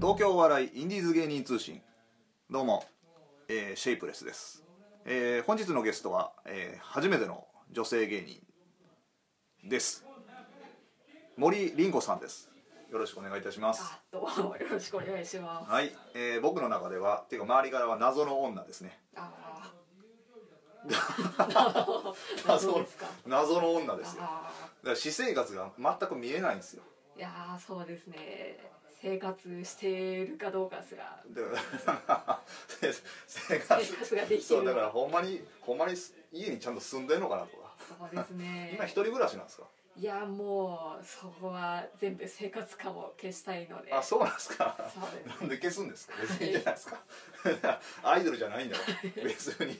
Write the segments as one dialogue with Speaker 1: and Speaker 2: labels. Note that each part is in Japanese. Speaker 1: 東京お笑いインディーズ芸人通信どうも、えーシェイプレスです、えー本日のゲストは、えー初めての女性芸人です森凛子さんですよろしくお願いいたします
Speaker 2: あどうもよろしくお願いします。
Speaker 1: はい、えー僕の中ではっていうか周りからは謎の女ですね
Speaker 2: ああ。 謎ですか。
Speaker 1: 謎の女ですよだか
Speaker 2: ああ
Speaker 1: ら私生活が全く見えないんですよ
Speaker 2: ー。いやーそうですね。生活してるかどうかすら。
Speaker 1: で生活
Speaker 2: 生活ができて
Speaker 1: そ
Speaker 2: る
Speaker 1: うだからほんまにほんまに家にちゃんと住んでんのかなとか
Speaker 2: そうですね
Speaker 1: 今。一人暮らしなんですか
Speaker 2: いやもうそこは全部生活感を消したいので。
Speaker 1: あそうなんですか
Speaker 2: そうです
Speaker 1: なんで消すんですか別にいいじゃないですか アイドルじゃないんだから別に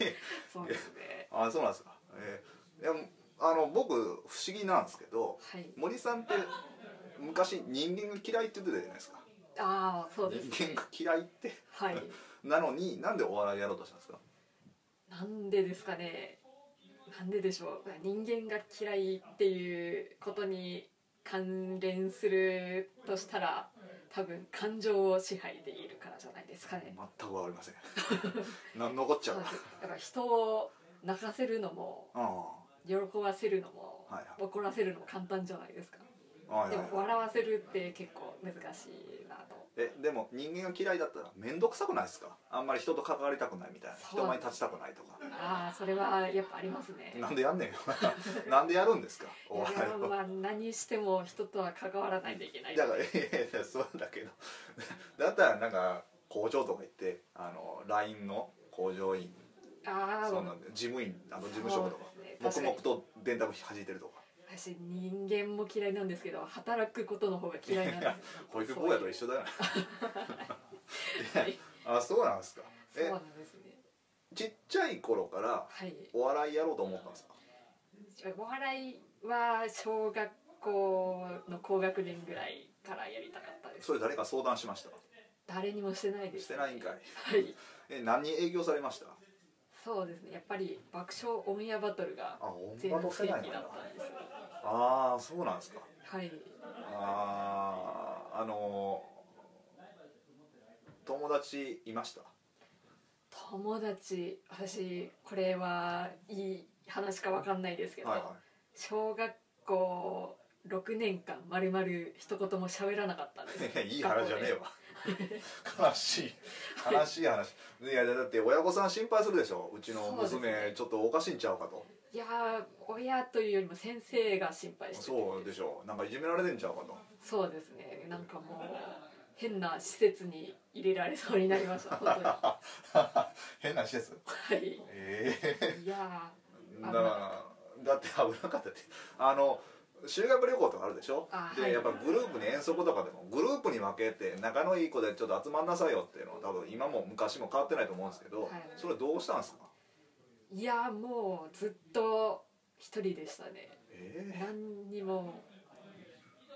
Speaker 2: そうですね。
Speaker 1: あそうなんですかえー、いやあの僕不思議なんですけど
Speaker 2: はい。
Speaker 1: 森さんって昔人間が嫌いって言ってたじゃないですか
Speaker 2: ああそうです
Speaker 1: 人間
Speaker 2: ね
Speaker 1: が。嫌いって
Speaker 2: はい。
Speaker 1: なのになんでお笑いやろうとしたんですか
Speaker 2: なんでですかね。なんででしょう。人間が嫌いっていうことに関連するとしたら、多分感情を支配できるからじゃないですかね。
Speaker 1: 全くわかりませ ん何のこっちゃ
Speaker 2: そうう
Speaker 1: か
Speaker 2: ですだから人を泣かせるのも
Speaker 1: あ
Speaker 2: 喜ばせるのも
Speaker 1: はいはい
Speaker 2: 怒らせるのも簡単じゃないですか。
Speaker 1: あはい
Speaker 2: で
Speaker 1: はい
Speaker 2: も笑わせるって結構難しいなと。
Speaker 1: えでも人間が嫌いだったら面倒くさくないですかあんまり人と関わりたくないみたいな
Speaker 2: そう
Speaker 1: 人
Speaker 2: な
Speaker 1: 前
Speaker 2: ん
Speaker 1: に立ちたくないとか
Speaker 2: ああそれはやっぱありますね。
Speaker 1: なんでやんねんよなん でやるんですか
Speaker 2: い
Speaker 1: お
Speaker 2: や
Speaker 1: 笑いを
Speaker 2: まあ何しても人とは関わらないといけない。
Speaker 1: だからいやいやいやそうだけど だったらなんか工場とか行ってあの LINE の工場員
Speaker 2: ああ
Speaker 1: そんなんで事務員あの事務職とか
Speaker 2: そうです
Speaker 1: 黙
Speaker 2: ね
Speaker 1: 々と電卓弾いてるとか
Speaker 2: 私人間も嫌いなんですけど働くことの方が嫌いなん
Speaker 1: い
Speaker 2: で
Speaker 1: や
Speaker 2: す
Speaker 1: 保育公園と一緒だよねい やあそうなんですか
Speaker 2: そう
Speaker 1: え
Speaker 2: なんですね
Speaker 1: ちっちゃい頃から
Speaker 2: はい
Speaker 1: お笑いやろうと思ったんですか
Speaker 2: お笑いは小学校の高学年ぐらいからやりたかったです
Speaker 1: それ誰か相談しました
Speaker 2: 誰にもしてないです
Speaker 1: してないんかい
Speaker 2: はい
Speaker 1: え何に営業されました
Speaker 2: そうですねやっぱり爆笑オンエアバトルが
Speaker 1: あ音
Speaker 2: 全
Speaker 1: 楽世
Speaker 2: 盛期だ
Speaker 1: 代
Speaker 2: った
Speaker 1: なん
Speaker 2: んで
Speaker 1: だ
Speaker 2: す
Speaker 1: ああそうなんですか
Speaker 2: はい
Speaker 1: あああのー友達いました
Speaker 2: 友達私これはいい話かわかんないですけど、
Speaker 1: はいは
Speaker 2: 小学校6年間まるまる一言も喋らなかったんです
Speaker 1: いいい話じゃねえわ悲しい悲しい話いやだって親御さん心配するでしょうちの
Speaker 2: そうです
Speaker 1: 娘ちょっとおかしいんちゃうかと
Speaker 2: いやー親というよりも先生が心配してて
Speaker 1: そうでしょうなんかいじめられてんちゃうかと
Speaker 2: そうですねなんかもう変な施設に入れられそうになり ました本当には
Speaker 1: 変な施設
Speaker 2: い
Speaker 1: ええ
Speaker 2: いや
Speaker 1: だからだって危なかったってあの修学旅行とかあるでしょ
Speaker 2: あ
Speaker 1: で、
Speaker 2: はい
Speaker 1: やっぱグループに遠足とかでもグループに分けて仲のいい子でちょっと集まんなさいよっていうのは多分今も昔も変わってないと思うんですけど、
Speaker 2: はい
Speaker 1: それどうしたんですか
Speaker 2: ーいやーもうずっと一人でしたね
Speaker 1: え
Speaker 2: 何にも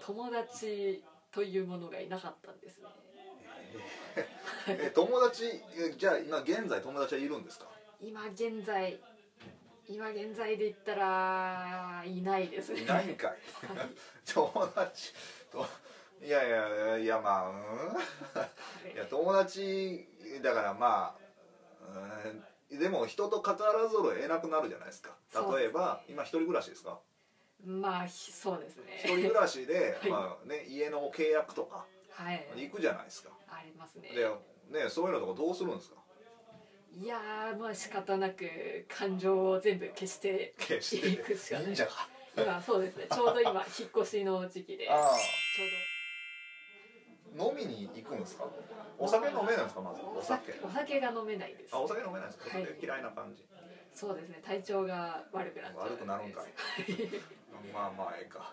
Speaker 2: 友達というものがいなかったんですね
Speaker 1: ー え友達えじゃあ今現在友達はいるんですか
Speaker 2: 今現在今現在で言ったらいないですね
Speaker 1: いないんかい 友達といやいやいやまあうんいや友達だからまあうんでも人と関わらざるを得なくなるじゃないですか
Speaker 2: そう
Speaker 1: 例え
Speaker 2: ですね
Speaker 1: ば、今一人暮らしですか
Speaker 2: まあひそうです
Speaker 1: 一人
Speaker 2: ね
Speaker 1: 暮らしで、
Speaker 2: はい
Speaker 1: まあね、家の契約とか
Speaker 2: はい
Speaker 1: 行くじゃないですか
Speaker 2: ありますね
Speaker 1: で、ね、そういうのとかどうするんですか
Speaker 2: いやーまあ仕方なく感情を全部消して
Speaker 1: 決し
Speaker 2: 行くしか
Speaker 1: て
Speaker 2: ない
Speaker 1: 忍者か
Speaker 2: 今そうですねちょうど今引っ越しの時期でちょう
Speaker 1: ああ飲みに行くんですかお酒飲めないんですかまず
Speaker 2: ど
Speaker 1: お
Speaker 2: お酒
Speaker 1: 酒
Speaker 2: お酒が飲めないです
Speaker 1: あお酒飲めないんですか、
Speaker 2: はい
Speaker 1: 嫌いな感じ
Speaker 2: そうですね体調が悪くなっちゃう
Speaker 1: 悪くなるんかい
Speaker 2: い
Speaker 1: まあまあええか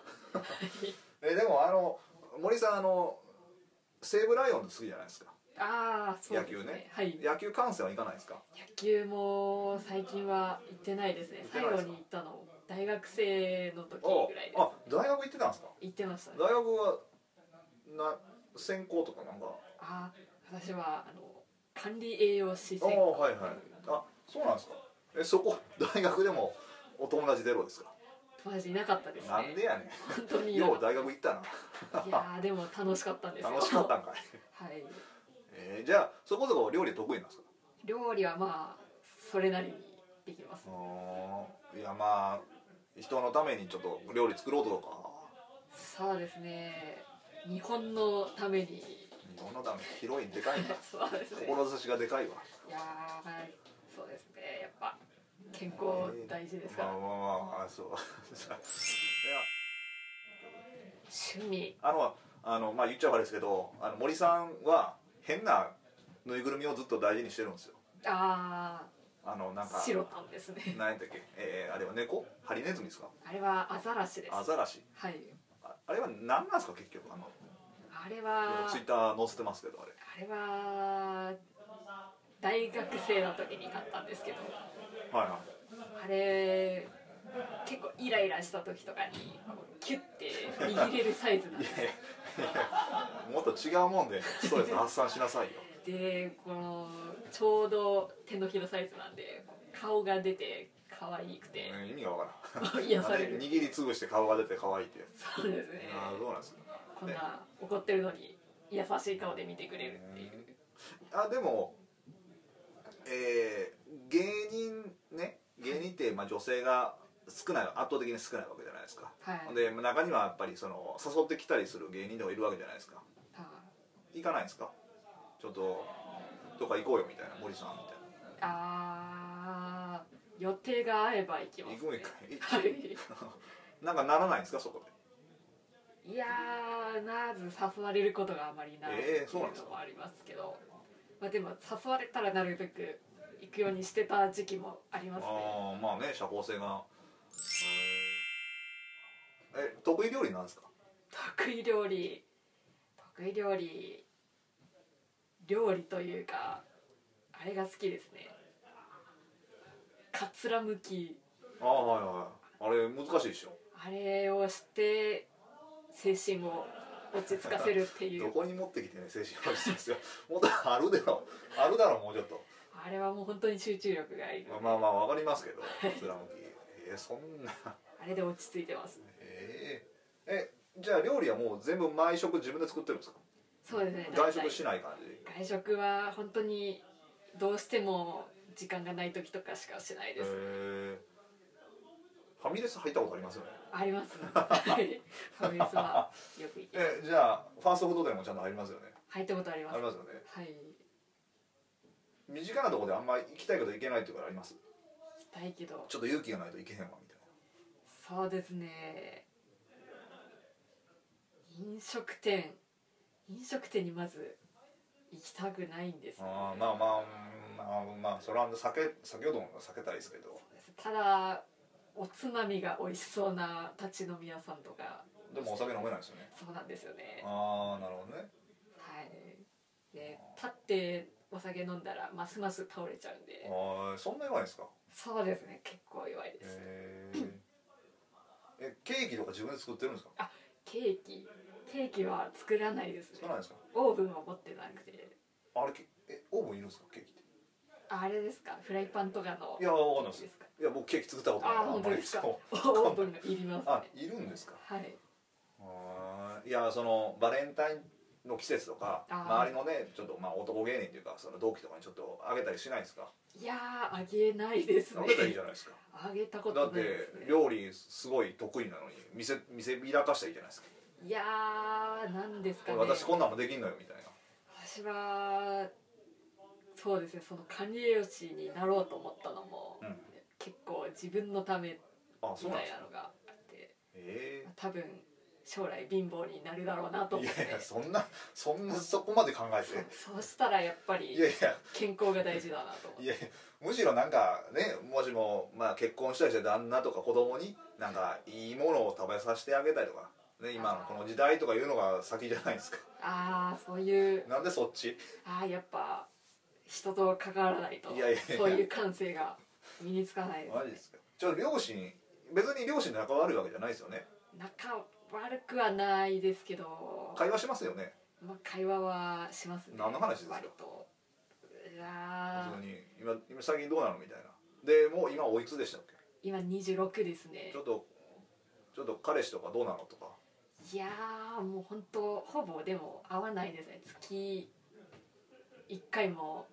Speaker 1: えでもあの森さんあの西武ライオンズ好きじゃないですか
Speaker 2: ああそうですね
Speaker 1: 野球ね
Speaker 2: はい
Speaker 1: 野球観戦はいかないですか
Speaker 2: 野球も最近は行ってないです
Speaker 1: 行っ
Speaker 2: ね
Speaker 1: て
Speaker 2: 最
Speaker 1: ないで
Speaker 2: 後
Speaker 1: すか
Speaker 2: に行ったの大学生の時
Speaker 1: お
Speaker 2: ぐらいです
Speaker 1: あ大学行ってたんですか
Speaker 2: 行ってましたね
Speaker 1: 大学はな専攻とかなんか
Speaker 2: あー私はあの管理栄養士
Speaker 1: ああ
Speaker 2: 専攻
Speaker 1: はいはいあそうなんですかえそこ 大学でもお友達ゼロですか
Speaker 2: 友達いなかったですね
Speaker 1: なんでやね
Speaker 2: 本当
Speaker 1: ん
Speaker 2: にいな
Speaker 1: よう
Speaker 2: かった
Speaker 1: 大学行ったない
Speaker 2: やーでも楽しかったんですよ
Speaker 1: 楽しかったんかい
Speaker 2: はい
Speaker 1: えーじゃあそこそこ料理得意なんですか
Speaker 2: 料理はまあそれなりにできます
Speaker 1: うんいやまあ人のためにちょっと料理作ろうとか
Speaker 2: そうですね日本のために
Speaker 1: 日本のため広いでかいんだ
Speaker 2: そうですね
Speaker 1: 志がでかいわ
Speaker 2: いやーはいそうですねやっぱ健康大事ですか
Speaker 1: ま
Speaker 2: ら
Speaker 1: あまあまああそう いや
Speaker 2: 趣味
Speaker 1: あのあのまあ言っちゃ悪いですけどあの森さんは変なぬいぐるみをずっと大事にしてるんですよ
Speaker 2: あ
Speaker 1: あのなんか
Speaker 2: あ白タンですね
Speaker 1: 何やったっけ、えーあれは猫ハリネズミですか
Speaker 2: あれはアザラシです
Speaker 1: アザラシ
Speaker 2: はい
Speaker 1: ああれは何なんですか結局あの
Speaker 2: あれは
Speaker 1: ツイッター載せてますけどあれ
Speaker 2: あれは大学生の時に買ったんですけど
Speaker 1: はいはい
Speaker 2: あれ結構イライラした時とかにこうキュッて握れるサイズなん
Speaker 1: い
Speaker 2: で
Speaker 1: や
Speaker 2: す
Speaker 1: いやもっと違うもんでストレス発散しな さいよ
Speaker 2: でこのちょうど手のひらサイズなんでこう顔が出て可愛くて
Speaker 1: うん意味がわからん
Speaker 2: 癒され
Speaker 1: なん
Speaker 2: る
Speaker 1: で握りつぶして顔が出て可愛いってやつ
Speaker 2: そうですね
Speaker 1: ああそうなんですよ
Speaker 2: こんな怒ってるのに優しい顔で見てくれるっていう
Speaker 1: あでもえー芸人ね芸人ってまあ女性が少ない圧倒的に少ないわけじゃないですか、
Speaker 2: はい
Speaker 1: で中にはやっぱりその誘ってきたりする芸人とかいるわけじゃないですか
Speaker 2: あ
Speaker 1: 行かないんですかちょっとどっか行こうよみたいな森さんみたいな
Speaker 2: あー予定が合えば行きます、ね、
Speaker 1: 行くんかい
Speaker 2: はい
Speaker 1: なん かならないんですかそこで
Speaker 2: いやーなず誘われることがあまりないってい
Speaker 1: えー
Speaker 2: う
Speaker 1: そうなんですか
Speaker 2: のもありますけど、まあ、でも誘われたらなるべく行くようにしてた時期もありますね
Speaker 1: ああまあね社交性がへーえ得意料理なんですか
Speaker 2: 得意料理得意料理料理というかあれが好きですねかつらむき
Speaker 1: ああはいはいあれ難しいでしょ
Speaker 2: あれをして精神を落ち着かせるってい
Speaker 1: ど
Speaker 2: う
Speaker 1: こに持ってきてね精神保持ですよ もっとあるだろあるだろもうちょっと
Speaker 2: あれはもう本当に集中力がいる
Speaker 1: まあまあまあわかりますけど貫きえー、そんな
Speaker 2: あれで落ち着いてます
Speaker 1: えー、えじゃあ料理はもう全部毎食自分で作ってるんですか
Speaker 2: そうですね
Speaker 1: 外食し
Speaker 2: ない
Speaker 1: ない感じ
Speaker 2: 外食は本当にどうしても時間がない時とかしかしない
Speaker 1: へえ
Speaker 2: です、
Speaker 1: ー、ファミレス入ったことありますよね
Speaker 2: あります はいファミレスはよく行きます
Speaker 1: えじゃあファーストフードでもちゃんと入りますよね
Speaker 2: 入ったことありま
Speaker 1: あ
Speaker 2: す
Speaker 1: りますよね
Speaker 2: はい行
Speaker 1: 身近なところであんまり行きたいけど行けないっていうことあります
Speaker 2: きたいけど
Speaker 1: ちょっと勇気がないといけへんわみたい
Speaker 2: そうですね飲食店飲食店にまず行きたくないんですよね、
Speaker 1: なあーまあまあうんまあまあそれは避け避けようと思うから避けたいですけど
Speaker 2: ただおつまみが美味しそうな立ち飲み屋さんとか
Speaker 1: でもお酒飲めないですよね
Speaker 2: そうなんですよね
Speaker 1: ああなるほどね
Speaker 2: はいで立ってお酒飲んだらますます倒れちゃうんで
Speaker 1: あーそんな弱いんですか
Speaker 2: そうですね結構弱いです
Speaker 1: へーえケーキとか自分で作ってるんですか
Speaker 2: ケーキケーキは作らないです
Speaker 1: 作ら
Speaker 2: ね
Speaker 1: ないですか
Speaker 2: オーブンを持ってなくて
Speaker 1: あれけえオーブンいるんですかケーキって
Speaker 2: あれですかフライパンとかの
Speaker 1: いやわかんないです
Speaker 2: ですか
Speaker 1: いや僕ケーキ作ったことない
Speaker 2: あー本当ですか
Speaker 1: そう
Speaker 2: オーブンがいります
Speaker 1: あ
Speaker 2: ね
Speaker 1: いるんですか
Speaker 2: はい
Speaker 1: あーいやそのバレンタインの季節とか
Speaker 2: あー
Speaker 1: 周りのねちょっとまあ男芸人というかその同期とかにちょっとあげたりしないんですか
Speaker 2: いやーあげないですね
Speaker 1: あげたらいいじゃないですか
Speaker 2: あげたこ
Speaker 1: だ
Speaker 2: と
Speaker 1: っ
Speaker 2: ないで
Speaker 1: て
Speaker 2: すね
Speaker 1: 料理すごい得意なのに見せ見せびらかしたらいいじゃないですか
Speaker 2: いやーなんです
Speaker 1: こ
Speaker 2: か
Speaker 1: れ
Speaker 2: ね
Speaker 1: 私こんなんもできんのよみたいな
Speaker 2: 私はそうですねその管理栄養士になろうと思ったのも、
Speaker 1: うん
Speaker 2: 結構自分のため
Speaker 1: あそ
Speaker 2: み
Speaker 1: うなんで
Speaker 2: たい
Speaker 1: すか
Speaker 2: なのがあって
Speaker 1: え
Speaker 2: まあ多分将来貧乏になるだろうな
Speaker 1: え
Speaker 2: と思って
Speaker 1: いやいやそんなそんなそこまで考えて
Speaker 2: そうしたらやっぱ
Speaker 1: いや
Speaker 2: り
Speaker 1: いや
Speaker 2: 健康が大事だなと思っ
Speaker 1: い
Speaker 2: て
Speaker 1: やいやむしろなんかねもしも、まあ、結婚したりして旦那とか子供になんかいいものを食べさせてあげたりとか、ね、今のこの時代とかいうのが先じゃないですか
Speaker 2: ああそういう
Speaker 1: なんでそっち
Speaker 2: ああやっぱ人と関わらないと
Speaker 1: いやいやいや
Speaker 2: そういう感性が身につかないです
Speaker 1: マジですかちょっと両親別に両親と仲悪いわけじゃないですよね
Speaker 2: 仲悪くはないですけど
Speaker 1: 会話しますよね
Speaker 2: まあ、会話はしますね
Speaker 1: 何の話ですか
Speaker 2: 割とうわ
Speaker 1: 普
Speaker 2: ー
Speaker 1: 通に今今最近どうなのみたいなでもう今おいつでしたっけ
Speaker 2: 今26ですね
Speaker 1: ちょっとちょっと彼氏とかどうなのとか
Speaker 2: いやーもう本当ほぼでも合わないですね月一回も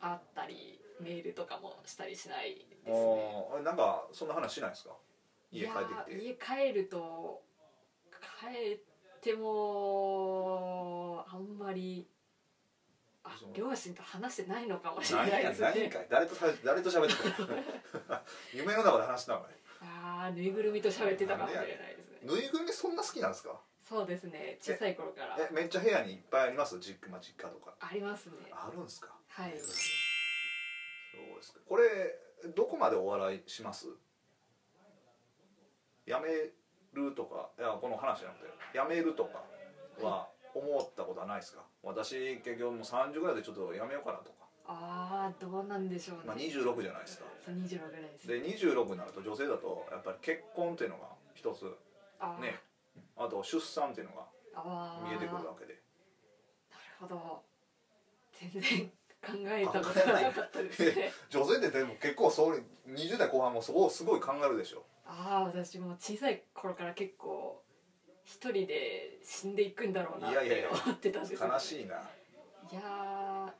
Speaker 2: 会ったりメールとかもしたりしないですね
Speaker 1: ああなんかそんな話しないですか家帰って
Speaker 2: い
Speaker 1: きて
Speaker 2: や家帰ると帰ってもあんまりあ
Speaker 1: そう
Speaker 2: 両親と話してないのかもしれ
Speaker 1: 何
Speaker 2: ない
Speaker 1: や
Speaker 2: です
Speaker 1: 何
Speaker 2: ね
Speaker 1: かい誰とさ誰と喋ってたの 夢の中で話してたのね
Speaker 2: あーぬいぐるみと喋ってたかもしれないですね
Speaker 1: ぬいぐるみそんな好きなんですか
Speaker 2: そうですね小さい頃から
Speaker 1: えめっちゃ部屋にいっぱいあります実家,、まあ、実家とか
Speaker 2: ありますね
Speaker 1: あるんですか
Speaker 2: はい
Speaker 1: そうですかこれどこまでお笑いしますやめるとかいやこの話じゃなくてやめるとかは思ったことはないですか私結局もう30ぐらいでちょっとやめようかなとか、
Speaker 2: あーどうなんでしょうね、
Speaker 1: まあ、26じゃないですか
Speaker 2: そう26ぐらいです
Speaker 1: で26になると女性だとやっぱり結婚っていうのが一つ
Speaker 2: あー
Speaker 1: ねあと出産っていうのが
Speaker 2: あー
Speaker 1: 見えてくるわけで
Speaker 2: なるほど全然考えたことがなかったですね
Speaker 1: 女性ってでも結構そう20代後半もそこをすごい考えるでしょ
Speaker 2: ああ私も小さい頃から結構一人で死んでいくんだろうなっ
Speaker 1: いやいやい
Speaker 2: て
Speaker 1: や
Speaker 2: 思ってたんですよ
Speaker 1: 悲しいない
Speaker 2: やー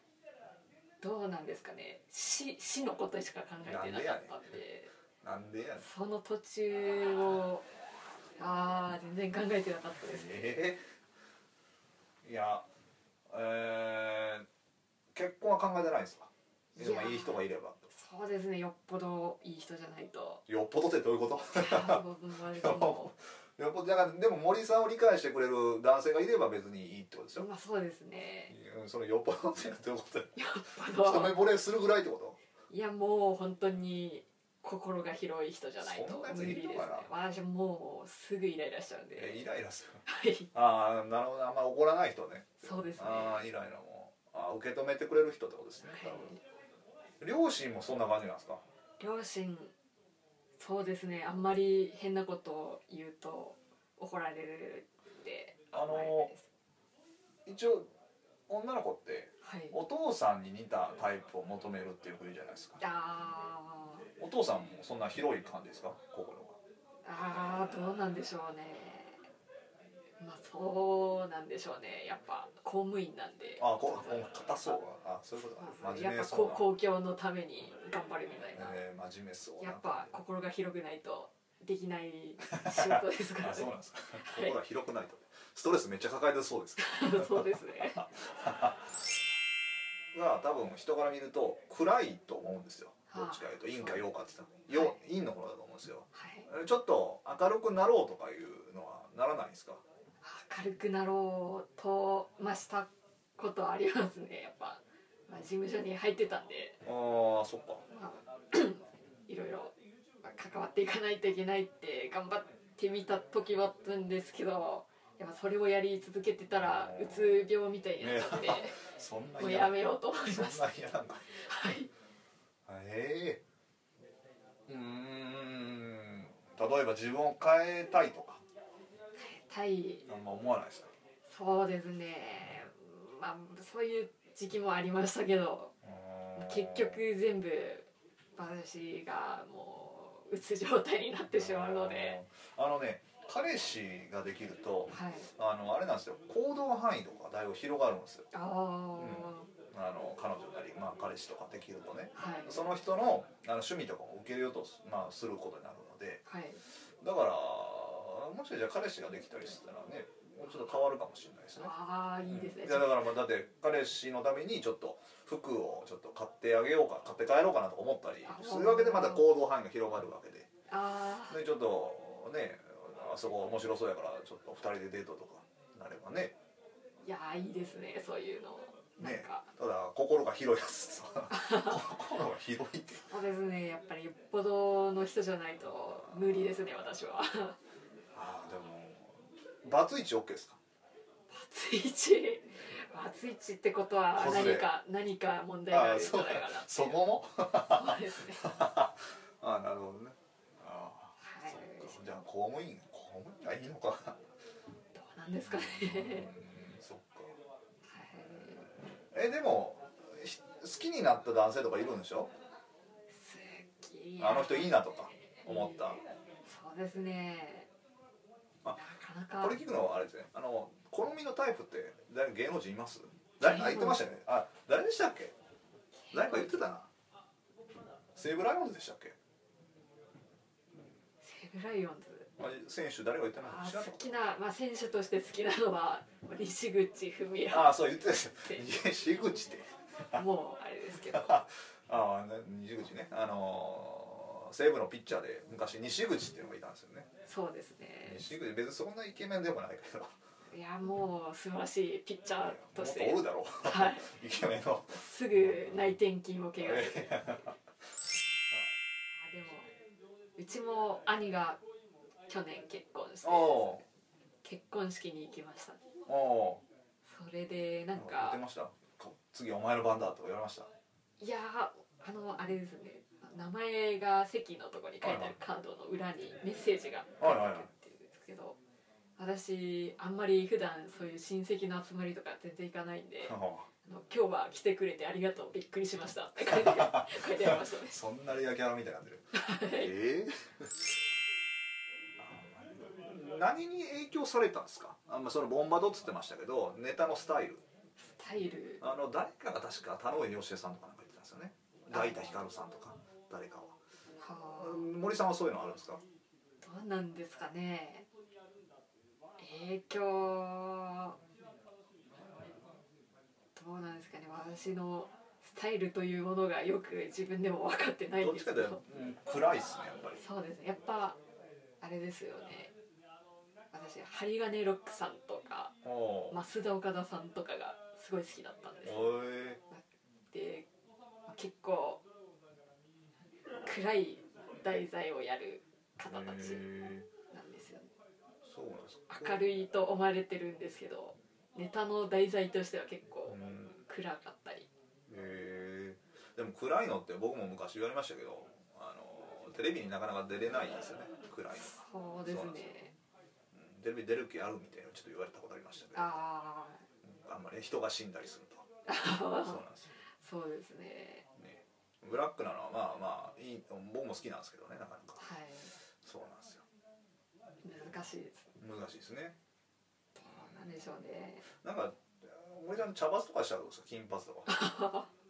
Speaker 2: どうなんですかね死死のことしか考えてなかったんで
Speaker 1: なんでやねん
Speaker 2: その途中をああ全然考えてなかったですね
Speaker 1: ええいやえー、結婚は考えてないんですか
Speaker 2: いや
Speaker 1: でもいい人がいれば
Speaker 2: そうですねよっぽどいい人じゃない と
Speaker 1: よっぽどってどういうこと
Speaker 2: いやー僕もあれでも
Speaker 1: よっぽどだからでも森さんを理解してくれる男性がいれば別にいいってことでしょ、
Speaker 2: まあそうです ね
Speaker 1: うん、そのよっぽどってどういうこと
Speaker 2: よっぽ
Speaker 1: 一
Speaker 2: ど
Speaker 1: 目惚れするぐらいってこと
Speaker 2: いやもう本当に心が広い人じゃない
Speaker 1: そん
Speaker 2: と
Speaker 1: なやつ
Speaker 2: 無
Speaker 1: い
Speaker 2: 理
Speaker 1: る
Speaker 2: です
Speaker 1: の
Speaker 2: ね
Speaker 1: かな
Speaker 2: 私もうすぐイライラしちゃうん
Speaker 1: え
Speaker 2: で
Speaker 1: イライラする
Speaker 2: はい
Speaker 1: ああなるほどあんまり怒らない人ね
Speaker 2: そうですね
Speaker 1: ああイライラもあー受け止めてくれる人ってことですね多分両親もそんな感じなんですか
Speaker 2: 両親そうですねあんまり変なことを言うと怒られるって
Speaker 1: あのー
Speaker 2: 思われます
Speaker 1: 一応女の子って
Speaker 2: はい
Speaker 1: お父さんに似たタイプを求めるっていうふうじゃないですか
Speaker 2: あー
Speaker 1: お父さんもそんな広い感じですか心が
Speaker 2: あーどうなんでしょうねまあそうなんでしょうねやっぱ公務員なんで
Speaker 1: あここう硬そうあそういうこと
Speaker 2: そう
Speaker 1: か
Speaker 2: で
Speaker 1: 真面
Speaker 2: すねや
Speaker 1: 目
Speaker 2: っぱ
Speaker 1: そう
Speaker 2: こ
Speaker 1: な、
Speaker 2: 公共のために頑張るみたいな、
Speaker 1: えー、真面目そうな
Speaker 2: やっぱ心が広くないとできない仕事ですか ら
Speaker 1: あそう
Speaker 2: ね
Speaker 1: なんですか心が広くないとストレスめっちゃ抱えてそうですけど
Speaker 2: そうですね
Speaker 1: が多分人から見ると暗いと思うんですよ
Speaker 2: は
Speaker 1: ど
Speaker 2: あ
Speaker 1: っちかいうと陰
Speaker 2: そ
Speaker 1: か
Speaker 2: う
Speaker 1: 陽かって言ったら
Speaker 2: はい
Speaker 1: 陽陰の方だと思うんですよ
Speaker 2: はい
Speaker 1: ちょっと明るくなろうとかいうのはならないんですか
Speaker 2: 明るくなろうとまあしたことはありますねやっぱ、まあ、事務所に入ってたんで、
Speaker 1: あーそっか
Speaker 2: まあ、 いろいろまあ関わっていかないといけないって頑張ってみた時はあったんですけどやっぱそれをやり続けてたらうつ病みたいになっちゃって、
Speaker 1: そんな
Speaker 2: もう
Speaker 1: 嫌な
Speaker 2: やめようと思い
Speaker 1: そん
Speaker 2: ました
Speaker 1: な嫌なんだ
Speaker 2: はい
Speaker 1: ええうーん例えば自分を変えたいとか
Speaker 2: 対
Speaker 1: あんま思わないですか
Speaker 2: そうですねまあそういう時期もありましたけど結局全部私がもううつ状態になってしまうので
Speaker 1: あのね彼氏ができると
Speaker 2: はい
Speaker 1: あのあれなんですよ行動範囲とかだいぶ広がるんですよ
Speaker 2: ああ、
Speaker 1: あの彼女なり、まあ、彼氏とかできるとね
Speaker 2: はい
Speaker 1: その人のあの趣味とかも受け入れようとす,、まあ、することになるので
Speaker 2: はい
Speaker 1: だからもしかしたら彼氏ができたりしたらねもうちょっと変わるかもしれないですね
Speaker 2: ああいいですね、
Speaker 1: いやだからまあだって彼氏のためにちょっと服をちょっと買ってあげようか買って帰ろうかなと思ったりするわけでまた行動範囲が広がるわけで
Speaker 2: あ
Speaker 1: でちょっとねあそこ面白そうやからちょっと2人でデートとかなればね
Speaker 2: あいやーいいですねそういうのなん
Speaker 1: ね
Speaker 2: か、
Speaker 1: ただ心が広いやつ 心が広いって
Speaker 2: そうですねやっぱりよっぽどの人じゃないと無理ですね私は
Speaker 1: ああでもバツイチ OK ですか
Speaker 2: バツイチバツイチってことは
Speaker 1: こずれ
Speaker 2: 何か何か問題が
Speaker 1: あ
Speaker 2: あ
Speaker 1: あ
Speaker 2: るんじゃ
Speaker 1: そう
Speaker 2: ないかなって
Speaker 1: そこもあ
Speaker 2: そうですね
Speaker 1: あなるほどねああ
Speaker 2: はい
Speaker 1: そっかじゃあ公務員公務員がいいのかな
Speaker 2: どうなんですかね
Speaker 1: うんそっかえでもひ好きになった男性とかいるんでしょ
Speaker 2: 好き
Speaker 1: あの人いいなとか思った
Speaker 2: そうですね
Speaker 1: あ
Speaker 2: なかなか
Speaker 1: これ聞くのはあれですねあの好みのタイプって誰か芸能人います誰か言ってましたよねあ誰でしたっけ誰か言ってたな西武ライオンズでしたっけ
Speaker 2: セブライオンズ
Speaker 1: あ選手誰か言ってな
Speaker 2: あ
Speaker 1: い
Speaker 2: ー好きな、まあ、選手として好きなのは西口文也
Speaker 1: ああそう言ってたですよ 西口って
Speaker 2: もうあれですけど
Speaker 1: ああ西口ねあのー西武のピッチャーで昔西口っていうのがいたんですよね
Speaker 2: そうですね
Speaker 1: 西口別にそんなイケメンでもないけど
Speaker 2: いやもう素晴らしいピッチャー
Speaker 1: も
Speaker 2: と
Speaker 1: っ
Speaker 2: し
Speaker 1: と
Speaker 2: て
Speaker 1: おるだ ろう、
Speaker 2: はい
Speaker 1: イケメンの
Speaker 2: すぐ内転筋を怪我するあでもうちも兄が去年結婚して
Speaker 1: お
Speaker 2: 結婚式に行きました
Speaker 1: おお
Speaker 2: それでなん
Speaker 1: 言って
Speaker 2: か
Speaker 1: ましたこ次お前の番だとか言われました
Speaker 2: いやーあのあれですね名前が席のとこに書いてあるカードの裏にメッセージが書いてあるっていうんですけど私あんまり普段そういう親戚の集まりとか全然行かないんで
Speaker 1: う
Speaker 2: あの「今日は来てくれてありがとうびっくりしました」って書い て書いてありました
Speaker 1: ん
Speaker 2: ね
Speaker 1: そんなレアキャラみたいになってるええ何に影響されたんですかあんまそのボンバドっつってましたけどネタのスタイル
Speaker 2: スタイル
Speaker 1: あの誰かが確か田上義恵さんとかなんか言ってたんですよね大田光さんとか誰かは
Speaker 2: は
Speaker 1: うん森さんはそういうのあるんですか
Speaker 2: どうなんですかね影響どうなんですかね私のスタイルというものがよく自分でも分かってない
Speaker 1: ど
Speaker 2: ん
Speaker 1: っ
Speaker 2: で
Speaker 1: ち
Speaker 2: す
Speaker 1: か
Speaker 2: け
Speaker 1: というと
Speaker 2: ど
Speaker 1: うん暗いっすねやっぱり
Speaker 2: そうですねやっぱあれですよね私針金ロックさんとか
Speaker 1: おおー
Speaker 2: 増田岡田さんとかがすごい好きだったんです
Speaker 1: おえ
Speaker 2: でまあ結構暗い題材をやる方
Speaker 1: へ
Speaker 2: たちなんですよね
Speaker 1: ーそうなんですか
Speaker 2: 明るいと思われてるんですけどネタの題材としては結
Speaker 1: う
Speaker 2: 構
Speaker 1: ん
Speaker 2: 暗かったり
Speaker 1: へえでも暗いのって僕も昔言われましたけどあのテレビになかなか出れないんですよね暗いの、
Speaker 2: そうです
Speaker 1: そうなんです
Speaker 2: ね
Speaker 1: うんテレビ出る気あるみたいなのちょっと言われたことありましたけど
Speaker 2: あ
Speaker 1: あんまり人が死んだりするとそう
Speaker 2: あ
Speaker 1: なんですよ、
Speaker 2: そうですね
Speaker 1: ね、ブラックなのはまあまあいい僕も好きなんですけどねなかなか
Speaker 2: はい
Speaker 1: そうなんですよ
Speaker 2: 難しいです
Speaker 1: 難しいですね
Speaker 2: どうなんでしょうね
Speaker 1: なんか森さん茶髪とかしたらどうですか金髪とか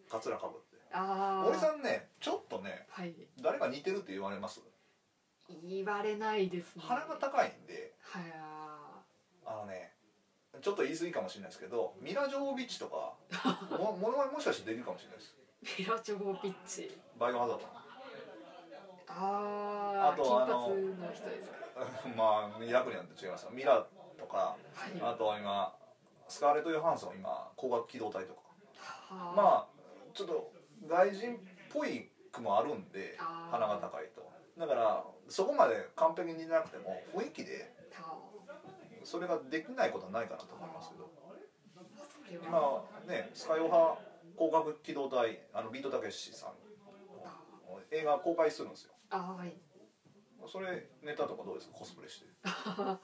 Speaker 1: カツラかぶって
Speaker 2: ああ
Speaker 1: 森さんねちょっとね
Speaker 2: はい
Speaker 1: 誰か似てるって言われます
Speaker 2: 言われないですね
Speaker 1: 鼻が高いんで
Speaker 2: はいあ
Speaker 1: あのねちょっと言い過ぎかもしれないですけどミラ・ジョービッチとかもものまねもしかしてできるかもしれないです
Speaker 2: ーミラチョゴピッチ
Speaker 1: バイオハザードあ
Speaker 2: ああ金
Speaker 1: とあの
Speaker 2: 髪の人ですか
Speaker 1: の まあ役によって違いますがミラとか
Speaker 2: はい
Speaker 1: あとは今スカーレット・ヨハンソン今光学機動隊とか
Speaker 2: はあ
Speaker 1: まあちょっと外人っぽい句もあるんで
Speaker 2: あー
Speaker 1: 鼻が高いとだからそこまで完璧に似なくても雰囲気で
Speaker 2: あ
Speaker 1: それができないことはないかなと思いますけど
Speaker 2: それは
Speaker 1: 今ねスカイオハ広角機動隊あのビートたけしさんの映画公開するんですよ
Speaker 2: あーはい
Speaker 1: それネタとかどうですかコスプレ して
Speaker 2: あ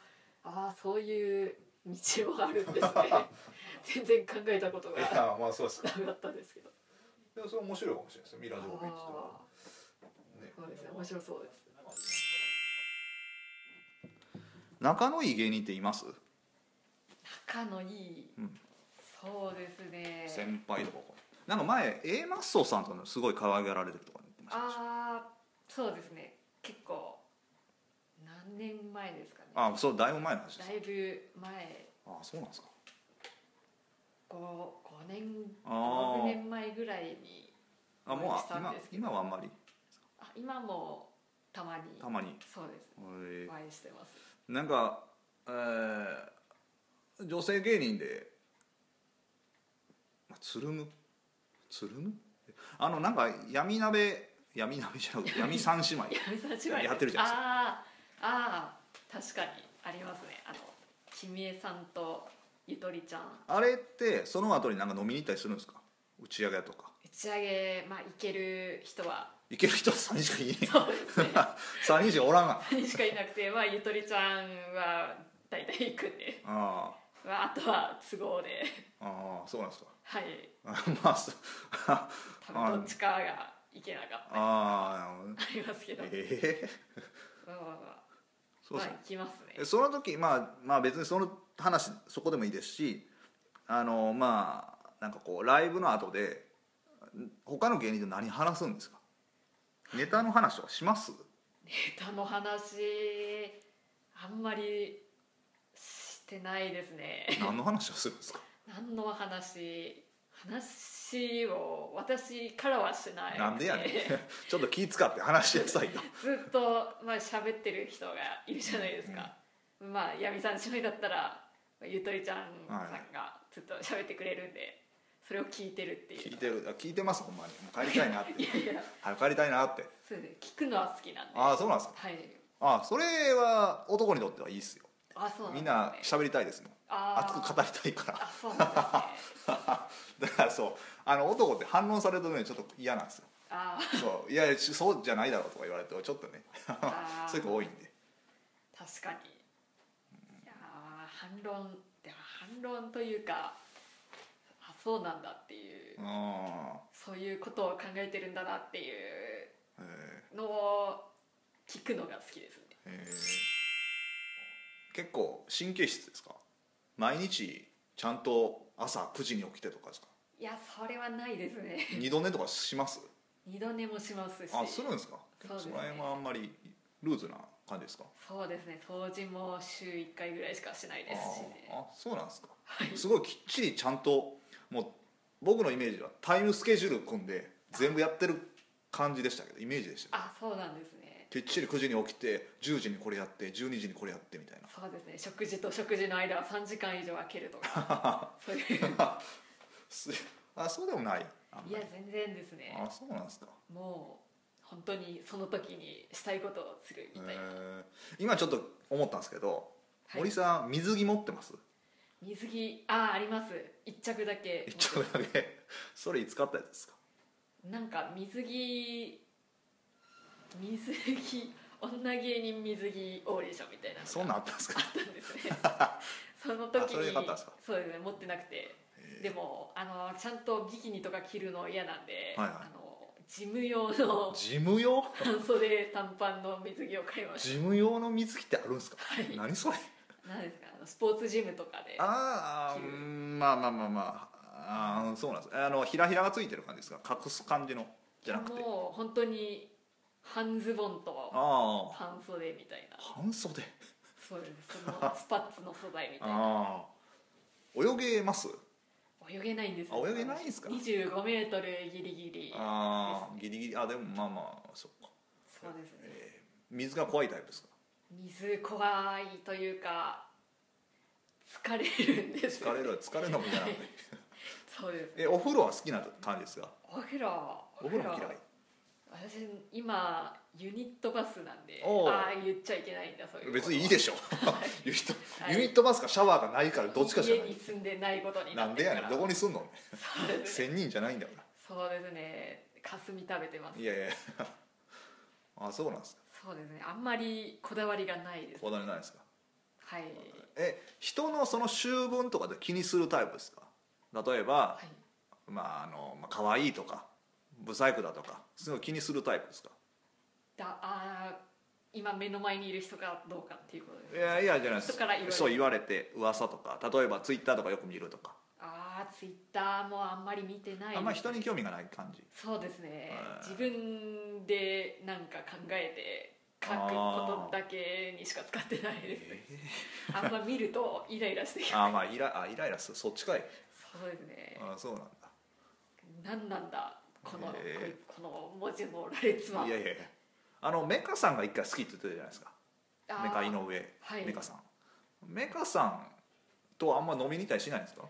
Speaker 2: あそういう道もあるんですね 全然考えたこと
Speaker 1: い
Speaker 2: が
Speaker 1: やまあそうです
Speaker 2: なかったですけど
Speaker 1: でもそれ面白いかもしれないですよミラ・
Speaker 2: あ
Speaker 1: ジョービッチとか
Speaker 2: あそうですね面白そうです
Speaker 1: 仲のいい芸人っています
Speaker 2: 仲のいい、
Speaker 1: うん
Speaker 2: そうですね
Speaker 1: 先輩とかなんか前 A マッソさんとかすごい可愛がられてるとか言ってましたね
Speaker 2: ああそうですね結構何年前ですかね
Speaker 1: あそうだいぶ前の話です
Speaker 2: だいぶ前
Speaker 1: あそうなんですか
Speaker 2: 5, 5年
Speaker 1: あー
Speaker 2: 6年前ぐらいに
Speaker 1: あもうあ
Speaker 2: したん
Speaker 1: 今
Speaker 2: ですけど
Speaker 1: 今はあんまり
Speaker 2: あ今もたまに
Speaker 1: たまに
Speaker 2: そうです
Speaker 1: へえ
Speaker 2: お会いしてます
Speaker 1: なんか、えー女性芸人で、まあ、つるむつるむあのなんか闇鍋闇鍋じゃなくて闇三姉 妹
Speaker 2: やめさしまい
Speaker 1: やってるじゃないです
Speaker 2: あーあー確かにありますねあの君江さんとゆとりちゃん
Speaker 1: あれってその後になんか飲みに行ったりするんですか打ち上げとか
Speaker 2: 打ち上げまあ行ける人は
Speaker 1: 行ける人は3人し かいねえ
Speaker 2: そうですね
Speaker 1: 3人しかおらんがあ
Speaker 2: 何しかいなくてま あゆとりちゃんは大体行くんで、
Speaker 1: あ
Speaker 2: まあ、あとは都合で
Speaker 1: ああそうなんですか
Speaker 2: はい
Speaker 1: あまあそうあ
Speaker 2: 多分どっちかが行けなかった
Speaker 1: あ
Speaker 2: ありますけど、
Speaker 1: ええ
Speaker 2: まあまあまあ
Speaker 1: そうで
Speaker 2: ますあ
Speaker 1: ね
Speaker 2: 行きますね
Speaker 1: えその時、まあ、まあ別にその話そこでもいいですしあのまあなんかこうライブの後で他の芸人と何話すんですかネタの話はします
Speaker 2: ネタの話あんまりしてないですね
Speaker 1: 何の話をするんですか
Speaker 2: 何の話話を私からはしない、
Speaker 1: なんでやねん ちょっと気使って話してくださいよ
Speaker 2: ずっとまあ喋ってる人がいるじゃないですか、まあ闇さん姉妹だったらまあゆとりちゃんさんがずっと喋ってくれるんで、それを聞いてるっていう
Speaker 1: 聞いてるあ聞いてますほんまにもう帰りたいなって
Speaker 2: いやいや
Speaker 1: 早く帰りたいなって
Speaker 2: そうです聞くのは好きなんで
Speaker 1: ああそうなんですか
Speaker 2: はい
Speaker 1: ああそれは男にとってはいいっすよ
Speaker 2: あそうなんで
Speaker 1: み
Speaker 2: すね
Speaker 1: んな喋りたいですもん
Speaker 2: あ
Speaker 1: 熱
Speaker 2: ー
Speaker 1: く語りたいから
Speaker 2: あそうなんですね
Speaker 1: だからそうあの男って反論されるとねちょっと嫌なんですよ
Speaker 2: あー
Speaker 1: そういやちそうじゃないだろうとか言われてちょっとね
Speaker 2: あ ー
Speaker 1: そういう子多いんで
Speaker 2: 確かにいやー反論でも反論というかあそうなんだっていう、
Speaker 1: うんへ
Speaker 2: そういうことを考えてるんだなっていう
Speaker 1: え
Speaker 2: のを聞くのが好きですね
Speaker 1: へえ結構神経質ですか毎日ちゃんと朝9時に起きてとかですか
Speaker 2: いやそれはないですね
Speaker 1: 二度寝とかします
Speaker 2: 二度寝もしますし
Speaker 1: あするんですか
Speaker 2: そうですね
Speaker 1: の辺はあんまりルーズな感じですか
Speaker 2: そうですね掃除も週1回ぐらいしかしないですし
Speaker 1: あー
Speaker 2: ね
Speaker 1: あそうなんですか、すごいきっちりちゃんともう僕のイメージはタイムスケジュール組んで全部やってる感じでしたけどイメージでしたけど
Speaker 2: あそうなんですね
Speaker 1: きっちり9時に起きて10時にこれやって12時にこれやってみたいな
Speaker 2: そうですね食事と食事の間は3時間以上空けるとかそういう
Speaker 1: すあそうでもないあん
Speaker 2: い
Speaker 1: ま
Speaker 2: や
Speaker 1: り
Speaker 2: 全然ですね
Speaker 1: あそうなんですか
Speaker 2: もう本当にその時にしたいことをするみたいな、
Speaker 1: へー今ちょっと思ったんですけど、
Speaker 2: はい
Speaker 1: 森さん水着持ってます
Speaker 2: 水着あああります一着だけ
Speaker 1: 一応だけそれいつ買ったやつですか
Speaker 2: なんか水着水着女芸人水着オーディションみたいな
Speaker 1: そん
Speaker 2: の
Speaker 1: な
Speaker 2: が
Speaker 1: んあったんですか
Speaker 2: あったんですね その時
Speaker 1: あそれで
Speaker 2: に
Speaker 1: 買ったんですか
Speaker 2: そうですね持ってなくてでもあのちゃんとビキニとか着るの嫌なんで、
Speaker 1: はいはい
Speaker 2: あの事務用 の
Speaker 1: 事務用
Speaker 2: 半袖短パンの水着を買いまし
Speaker 1: 事務用の水着ってあるんですか、
Speaker 2: はい
Speaker 1: 何それ
Speaker 2: た何ですかあのスポーツジムとかで
Speaker 1: ああうんまあまあまあまああーそうなんですあのひらひらがついてる感じですか隠す感じのじゃなくて
Speaker 2: もう本当に半ズボンと
Speaker 1: ああ
Speaker 2: 半袖みたいな
Speaker 1: 半袖
Speaker 2: そうですそのスパッツの素材みたいな
Speaker 1: ああ泳げます
Speaker 2: 泳げないんです
Speaker 1: あ泳げないんすか
Speaker 2: 25メートルギリギリ
Speaker 1: ああギリギリあでもまあまあそっか
Speaker 2: そうですね
Speaker 1: 水が怖いタイプですか
Speaker 2: 水怖いというか疲れるんです
Speaker 1: 疲れる疲れるのみたいな ので
Speaker 2: そうです
Speaker 1: えお風呂は好きな感じですか
Speaker 2: お風呂
Speaker 1: お風呂も嫌い
Speaker 2: 私今ユニットバスなんで
Speaker 1: おう
Speaker 2: ああ言っちゃいけないんだそういうこと
Speaker 1: 別にいいでし ょユニット
Speaker 2: はい
Speaker 1: ユニットバスかシャワーがないからどっちかしかな
Speaker 2: 家に
Speaker 1: い
Speaker 2: 住んでないことにな
Speaker 1: なん
Speaker 2: って
Speaker 1: で
Speaker 2: る
Speaker 1: や
Speaker 2: から
Speaker 1: ねんどこにすんの
Speaker 2: そうですね
Speaker 1: 千人じゃないんだか
Speaker 2: そうですね。かすみ食べてます
Speaker 1: らい。やい やあそうなんですか
Speaker 2: そうですね。あんまりこだわりがないです。
Speaker 1: こだわりないですか
Speaker 2: はい。
Speaker 1: え人のその習文とかで気にするタイプですか例えば、
Speaker 2: はい。
Speaker 1: まああのまあ可愛いとか不細工だとかすごい気にするタイプですか
Speaker 2: だあー今目の前にいる人がどうかっていうことです。
Speaker 1: いやいやじゃないで
Speaker 2: 人から言われ
Speaker 1: すそ
Speaker 2: る
Speaker 1: う言われて噂とか例えばツイッターとかよく見るとか、
Speaker 2: ああ、ツイッターもあんまり見てない。
Speaker 1: あんまり人に。興味がない感じ
Speaker 2: そうですね
Speaker 1: あー。
Speaker 2: 自分でなんか考えて書くことだけにしか使ってないですね。あんま見るとイライラしてきて。
Speaker 1: あまあイラあイライラするそっちかい
Speaker 2: そうですね。
Speaker 1: あそうなん
Speaker 2: なんなんだこの、
Speaker 1: へ
Speaker 2: この文字の羅列は
Speaker 1: だい。やいやいやあのメカさんが一回好きって言ってたじゃないですか
Speaker 2: あー
Speaker 1: メカ井上、
Speaker 2: はい
Speaker 1: メカさんメカさんとあんま飲みに行ったりしないんですか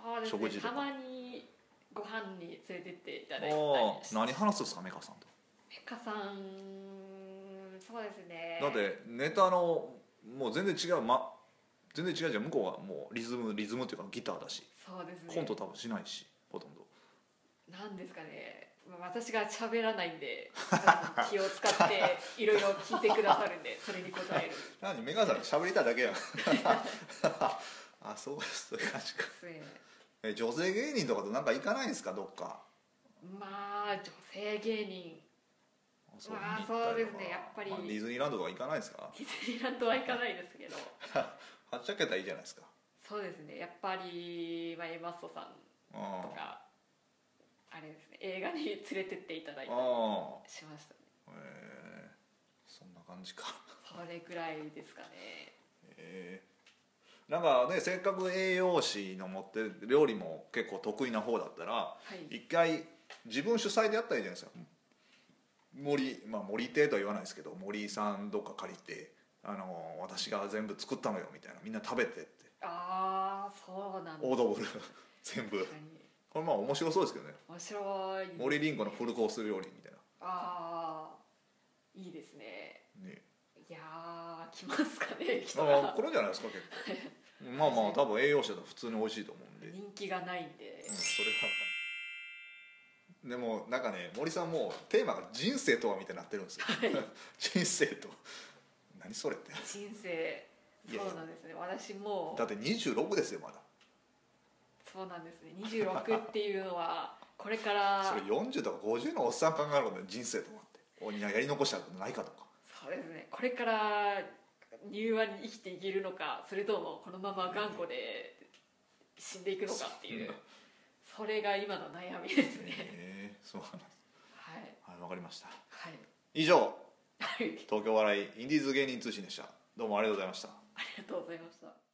Speaker 2: そうです
Speaker 1: 食
Speaker 2: ね
Speaker 1: 事とか
Speaker 2: たまにご飯に連れてっていただいたり
Speaker 1: お
Speaker 2: して
Speaker 1: 何話すんですかメカさんと
Speaker 2: メカさんそうですね
Speaker 1: だってネタのもう全然違う、ま、全然違うじゃん向こうはもうリズムリズムっていうかギターだし
Speaker 2: そうですね
Speaker 1: コント多分しないしほとんど
Speaker 2: なんですかねまあ私が喋らないんで気を 使っていろいろ聞いてくださるんでそれに答える
Speaker 1: 何メガさん喋りたいだけ やんあそうですそういう感じか
Speaker 2: ですね
Speaker 1: え女性芸人とかとなんか行かないんですかどっか
Speaker 2: まあ女性
Speaker 1: 遊
Speaker 2: 芸人
Speaker 1: びに
Speaker 2: まあ
Speaker 1: 行ったりとか
Speaker 2: そうですねやっぱり
Speaker 1: まあディズニーランドとか行かないですか
Speaker 2: ディズニーランドは行かないですけど
Speaker 1: はっちゃけたらいいじゃないですか
Speaker 2: そうですねやっぱり、まあ、エマストさん
Speaker 1: うん
Speaker 2: とかあれですね映画に連れてっていただいたり
Speaker 1: ああ
Speaker 2: しましたね
Speaker 1: えーそんな感じか
Speaker 2: それくらいですかね
Speaker 1: えーなんかねせっかく栄養士の持ってる料理も結構得意な方だったら
Speaker 2: はい
Speaker 1: 一回自分主催でやったらいいじゃないですか森まあ森亭とは言わないですけど森さんどっか借りてあの私が全部作ったのよみたいなみんな食べてって
Speaker 2: ああそうなんだ
Speaker 1: オードブル 全部
Speaker 2: 確かに
Speaker 1: これまあ面白そうですけどね
Speaker 2: 面白いですね
Speaker 1: 森りんごのフルコース料理みたい
Speaker 2: ああいいですね
Speaker 1: なね
Speaker 2: いやー来ますかね人
Speaker 1: あ
Speaker 2: が
Speaker 1: これじゃないですか結構まあまあ多分栄養士だと普通に美味しいと思うんで
Speaker 2: 人気がないんで
Speaker 1: うん、 それはでもなんかね森さんもうテーマが「人生とは」みたいになってるんですよ 人生と何それって
Speaker 2: 人生
Speaker 1: いやいや
Speaker 2: そうなんですね私も
Speaker 1: だって26ですよまだ
Speaker 2: そうなんですね26っていうのはこれから
Speaker 1: それ40とか50のおっさん考えることで人生とはっておいややり残したことないかとか
Speaker 2: そうですねこれから柔和に生きていけるのかそれともこのまま頑固で死んでいくのかっていうそれが今の悩みですね
Speaker 1: ええそうなんです
Speaker 2: はい
Speaker 1: はいわかりました
Speaker 2: はい
Speaker 1: 以上
Speaker 2: はい
Speaker 1: 東京笑いインディーズ芸人通信でしたどうもありがとうございました
Speaker 2: ありがとうございました